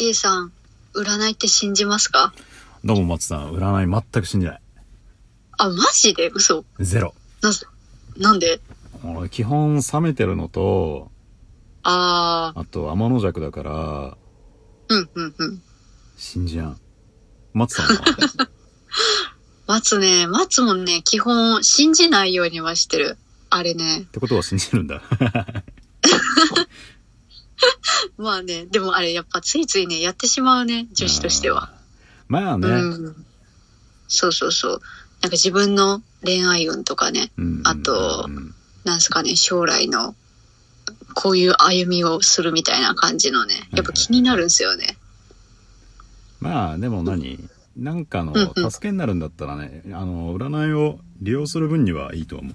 A さん、占いって信じますかどうも松さん、占い全く信じない。あ、マジで嘘ゼロ。なぜなんで俺基本冷めてるのと、ああと天の弱だから、ー、うんうんうん。信じやん。松さん は松ね、松もね、基本信じないようにはしてる。あれねっ。てことは信じるんだ。まあね、でもあれやっぱついついね、やってしまうね、女子としては。あー。 まあね。うん。そうそうそう。なんか自分の恋愛運とかね、うんあとうんなんすかね、将来の、こういう歩みをするみたいな感じのね、やっぱ気になるんすよね。まあでも何なんかのうんうん助けになるんだったらね、あの、占いを利用する分にはいいと思う。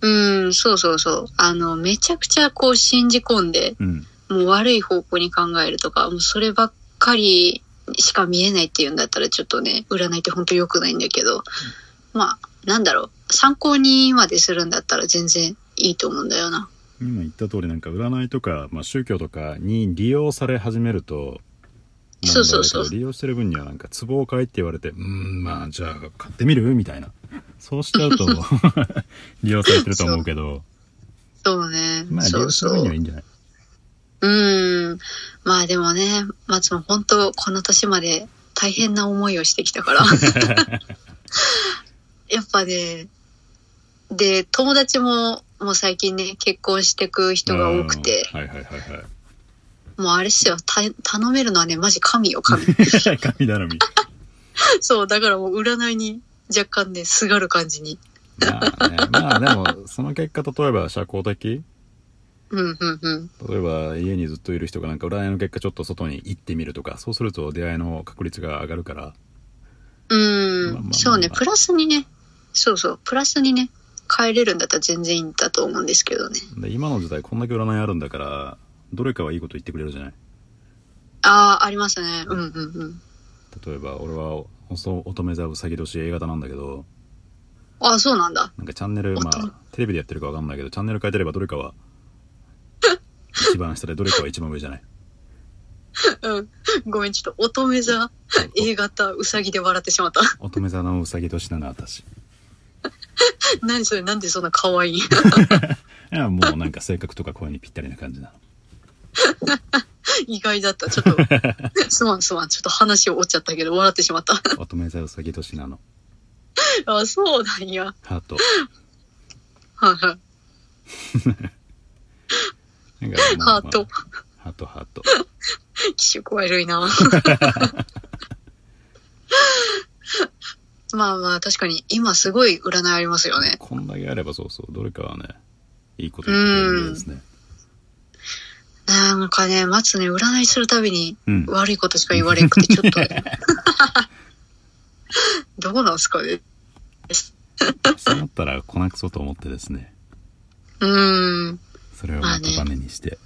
うん、そうそうそう。あの、めちゃくちゃこう信じ込んで、うん。もう悪い方向に考えるとか、もうそればっかりしか見えないっていうんだったらちょっとね、占いって本当良くないんだけど、まあ、なんだろう、参考にまでするんだったら全然いいと思うんだよな。今言った通りなんか占いとか、まあ、宗教とかに利用され始めるとなんだろけどそうそうそう利用してる分にはなんかツボを買えって言われてうーんまあじゃあ買ってみるみたいなそうしち ゃうと利用されてると思うけどそうね。まあ利そう用する分そうにはい。いんじゃないうん。まあでもね、松も本当この年まで大変な思いをしてきた から。やっぱね、で、友達ももう最近ね、結婚してく人が多くて、うんはいはいはいはいもうあれっすよ、た頼めるのはね、マジ神よ、 神。神頼みそう、だからもう占いに若干ね、すがる感じに。まあねまあでもその結果例えば社交的うん、うん、うん。例えば家にずっといる人がなんか占いの結果ちょっと外に行ってみるとかそうすると出会いの確率が上がるからうん、まあまあそうね、まあプラスにね、そうそう、プラスにね、変えれるんだったら全然いいんだと思うんですけどね。で今の時代こんだけ占いあるんだからどれかはいいこと言ってくれるじゃないああ、ありますね。うん、うん、うん。例えば俺はおそ乙女座うさぎ年 A 型なんだけどああ、そうなんだ。なんかチャンネルま乙女あテレビでやってるかわかんないけどチャンネル変えてればどれかは一番下でどれかは一番上じ ゃないうん。ごめん、ちょっと乙女座、A 型、うさぎで笑ってしまった。 お乙女座のうさぎ年なの私い何それ、なんでそんな可愛い やもうなんか性格とか声にぴったりな感じな意外だった。ちょっと、 すまんすまん。ちょっと話を折っちゃったけど、笑ってしまった。 の乙女座うさぎ年なのあ、そうなんや。ハートはいはい。なんかまあハーまト あ。ハートハート気色悪いな。 まあまあ、確かに、今すごい占いありますよね。こんだけあればそうそうどれかはねいいこと言ってくれるですねなんかね、松ね、占いするたびにうん悪いことしか言われんくて、ちょっ と。どうなんすかね。そうなったらこなくそうと思ってですねうん。それをまたバネにして、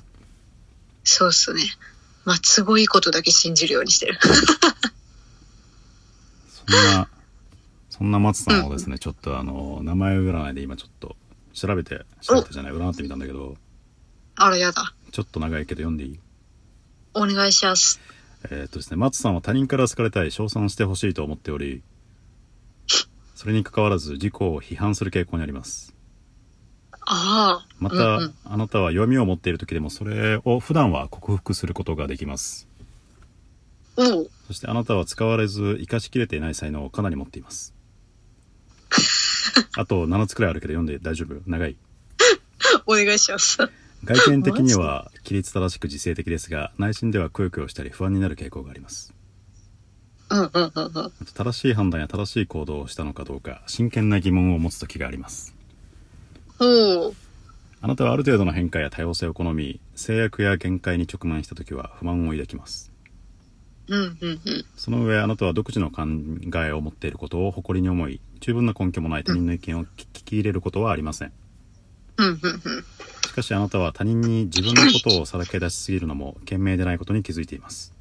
そうっすね。まあ、都合いいことだけ信じるようにしてる。 そんな、そんな松さんをですね、ちょっとあの、名前占いで今ちょっと調べて、調べてじゃない、占ってみたんだけど、あら、やだ。ちょっと長いけど読んでいいお願いします。えーっとですね、松さんは他人から好かれたい、称賛してほしいと思っており、それに関わらず自己を批判する傾向にあります。ああ。また、うんうんあなたは弱みを持っている時でもそれを普段は克服することができます。おう。そしてあなたは使われず生かしきれていない才能をかなり持っています。 あと7つくらいあるけど読んで大丈夫長いお願いします。外見的には規律正しく自制的ですが内心ではくよくよしたり不安になる傾向がありますうんうんうんうん。あと正しい判断や正しい行動をしたのかどうか真剣な疑問を持つ時がありますおう。あなたはある程度の変化や多様性を好み制約や限界に直面した時は不満を抱きますうんうんうん。その上あなたは独自の考えを持っていることを誇りに思い十分な根拠もない他人の意見を聞聞き入れることはありませんうんうんうん。しかしあなたは他人に自分のことをさらけ出しすぎるのも賢明でないことに気づいています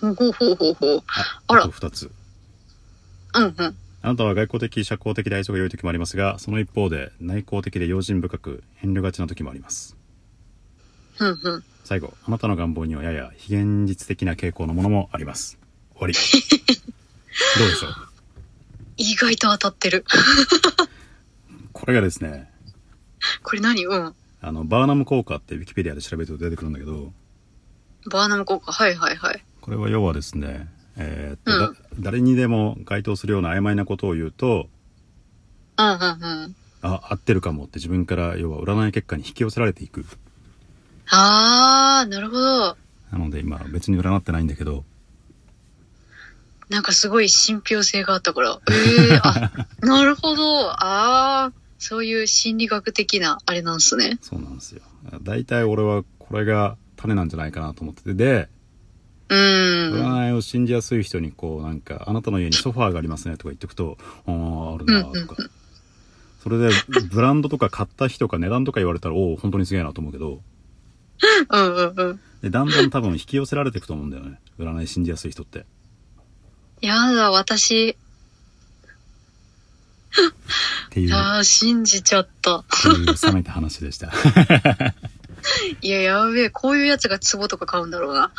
ほうほうほうほうほう。ああらあと2つうんうん。あなたは外交的、社交的で愛想が良い時もありますが、その一方で内向的で用心深く遠慮がちな時もあります。うんうん。最後、あなたの願望にはやや非現実的な傾向のものもあります。終わり。どうでしょう意外と当たってる。これがですね、これ何うん。あの、バーナム効果ってウィキペディアで調べると出てくるんだけど、バーナム効果。はいはいはい。これは要はですね、えーっと、うんだ誰にでも該当するような曖昧なことを言うと、うんうんうん。あ、合ってるかもって自分から要は占い結果に引き寄せられていく。あー、なるほど。なので今別に占ってないんだけど、なんかすごい信憑性があった から。ええー、あ、なるほど。あー、そういう心理学的なあれなんすね。そうなんですよ。大体俺はこれが種なんじゃないかなと思ってて、で、うーん。占いを信じやすい人にこうなんか、あなたの家にソファーがありますねとか言ってくと、あーあるなーとか。それで、ブランドとか買った日とか値段とか言われたら、おお、本当にすげえなと思うけど、うんうんうん。で、だんだん多分引き寄せられていくと思うんだよね。占い信じやすい人って。やだ、私。っていう、っあー、信じちゃった。ていう冷めた話でした。いや、やべえ。こういうやつが壺とか買うんだろうな。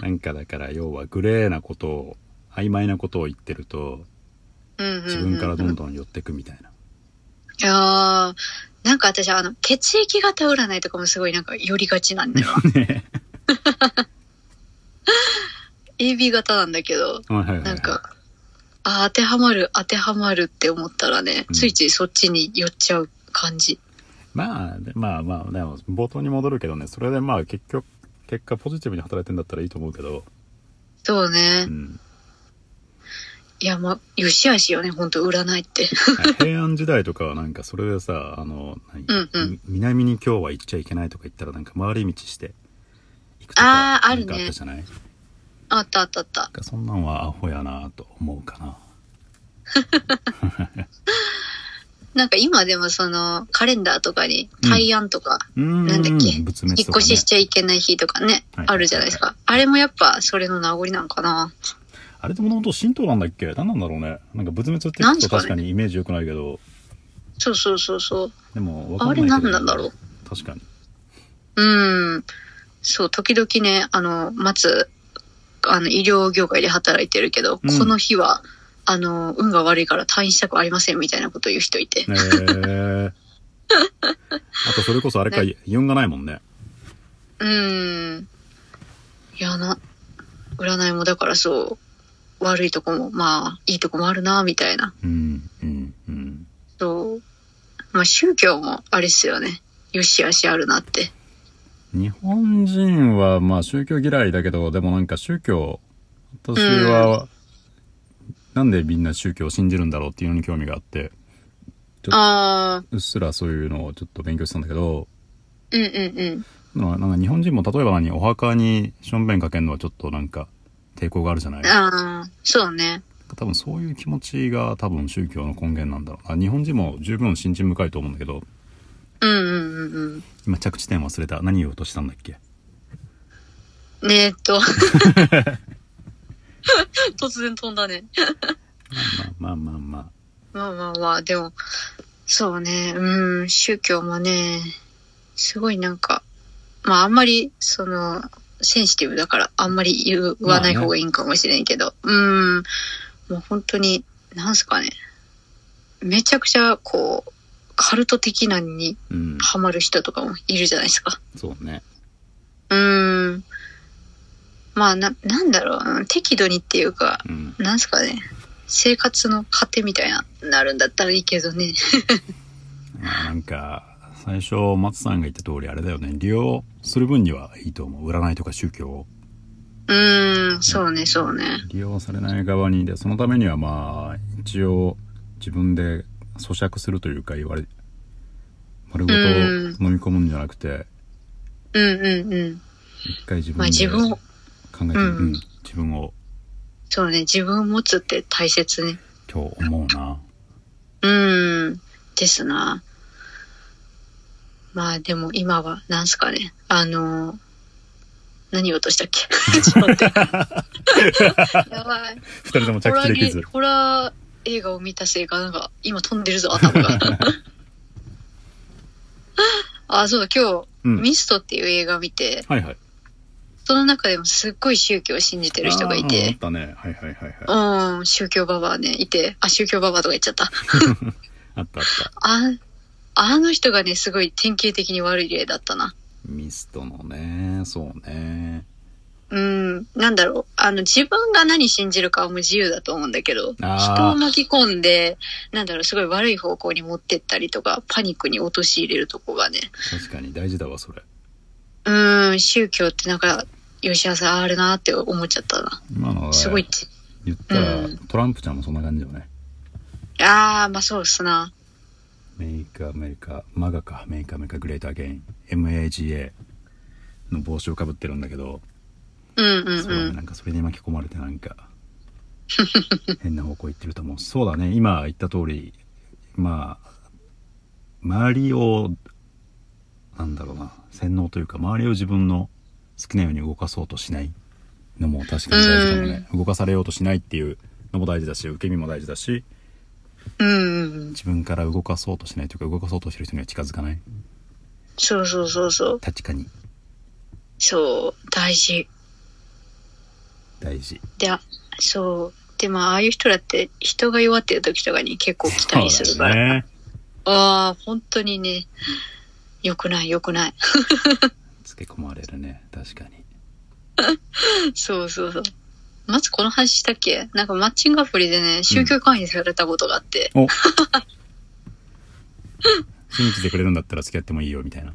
なんかだから、要はグレーなことを、曖昧なことを言ってると、うんうん、うん。自分からどんどどん寄ってくみたいな。 ん。いやー、なんか私、あの、血液型占いとかもすごいなんか寄りがちなんだよ。ね AB 型なんだけど。はいはいはいはい。なんか、あー当てはまる、当てはまるって思ったらね、うんついついそっちに寄っちゃう感じ。まあ、でまあまあ、でも冒頭に戻るけどね、それでまあ結局、結果ポジティブに働いてんだったらいいと思うけど、そうね。うん、いや、まあ、よしあしよね、ほんと、占いって。 平安時代とかはなんかそれでさ、あの、何うんうんみ南に今日は行っちゃいけないとか言ったらなんか回り道して行くとあか、ーあなるんねかあったじゃない、なんあったあったあった。かそんなんはアホやなと思うかな。なんか今でもその、カレンダーとかに、対案とか、うーん、なんだっけ、仏引っ滅とか、越しね、しちゃいけない日とかね、はいあるじゃないですか。あれもやっぱ、それの名残なんかな。あれってもともと神道なんだっけ何なんだろうね。なんか仏滅ってなん聞でくとすかね確かにイメージ良くないけど、そうそうそうそう。でもわかんあないけれど。何なんだろう。確かに。うん。そう、時々ね、あの、松、あの、医療業界で働いてるけど、うんこの日は、あの、運が悪いから退院したくありませんみたいなこと言う人いて。えー、 あとそれこそあれか、ねイオンがないもんね。うん。いや、な、占いもだからそう、悪いとこも、まあ、いいとこもあるな、みたいな。うん、うん、うん。そう。まあ、宗教もあれっすよね。よしあしあるなって。日本人はまあ宗教嫌いだけど、でもなんか宗教、私は、なんでみんな宗教を信じるんだろうっていうのに興味があって、ああ、うっすらそういうのをちょっと勉強してたんだけど、うんうんうん。まあなんか日本人も例えば何、お墓にしょんべんかけるのはちょっとなんか抵抗があるじゃないああ、そうね。多分そういう気持ちが多分宗教の根源なんだろうな。日本人も十分信心深いと思うんだけど、うんうんうんうん。今着地点忘れた。何言おうとしたんだっけねえっと。 突然飛んだね。まあまあまあまあ。まあまあまあ、でも、そうね、うん、宗教もね、すごいなんか、まああんまり、その、センシティブだから、あんまり言わない方がいいんかもしれんけど、うん、もう本当に、なんすかね、めちゃくちゃ、こう、カルト的なのにうん。ハマる人とかもいるじゃないですか。そうね。うーん。まあ、な、なんだろううん、適度にっていうか、うん。なんすかね、生活の糧みたいな、なるんだったらいいけどね。まあなんか、最初、松さんが言った通りあれだよね。利用する分にはいいと思う。占いとか宗教を。うーん、そうね、そうね。利用されない側に。で、そのためにはまあ、一応、自分で咀嚼するというか言われ、丸ごとう飲み込むんじゃなくて、うんうんうん。一回自まあ分で自分を、考えてみる。うんうん自分をそうね、自分を持つって大切ね。今日思うな。うーん、ですな。まあでも今は、なんすかね、あのー何言おうとしたっ けちょっと待って。やばい。二人とも着地できず。ホラーホラー映画を見たせいか、なんか、今飛んでるぞ、頭 が。あ、そうだ、今日、うんミストっていう映画見て、はいはい。その中でもすっごい宗教を信じてる人がいあーあてっ、たね。はいはいはいはい。うん、宗教ババアね、いて、あ、宗教ババアとか言っちゃった。あったあった。あ、あの人がね、すごい典型的に悪い例だったな。ミストのね、そうね。うん、なんだろう。あの、自分が何信じるかはもう自由だと思うんだけど、あー人を巻き込んで、なんだろう、すごい悪い方向に持ってったりとか、パニックに陥れるとこがね、確かに大事だわ、それ。うん、宗教ってなんか、吉田さんあるなって思っちゃったな。今のはすごいち、言ったら、うんトランプちゃんもそんな感じよね。あー、まあそうっすな。メイカーメイカー、マガか、メイカーメイカー、グレートアゲイン、MAGA の帽子をかぶってるんだけど、うんうんうそうだね、ん。なんかそれに巻き込まれてなんか変な方向行ってると思うしそうだね今言った通りまあ周りをなんだろうな洗脳というか周りを自分の好きなように動かそうとしないのも確かに大事かもね、動かされようとしないっていうのも大事だし受け身も大事だしうんうんうん。自分から動かそうとしないというか動かそうとしてる人には近づかないそうそうそうそう。確かにそう、大事。大事で、あそう。でも、ああいう人だって、人が弱ってる時とかに結構来たりするそうかだら。ねああ、本当にね、良くない良くない。つけ込まれるね確かにそうそうそう。まずこの話したっけなんかマッチングアプリでね、宗教勧誘されたことがあって。お信じてくれるんだったら付き合ってもいいよみたいな。う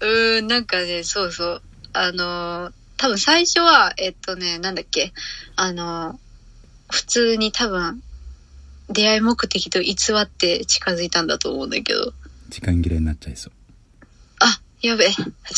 ーん、なんかね、そうそう。あのー多分最初は、えっとね、なんだっけ、あのー普通に多分、出会い目的と偽って近づいたんだと思うんだけど。啊時間切れになっちゃいそう。あ、やべえ。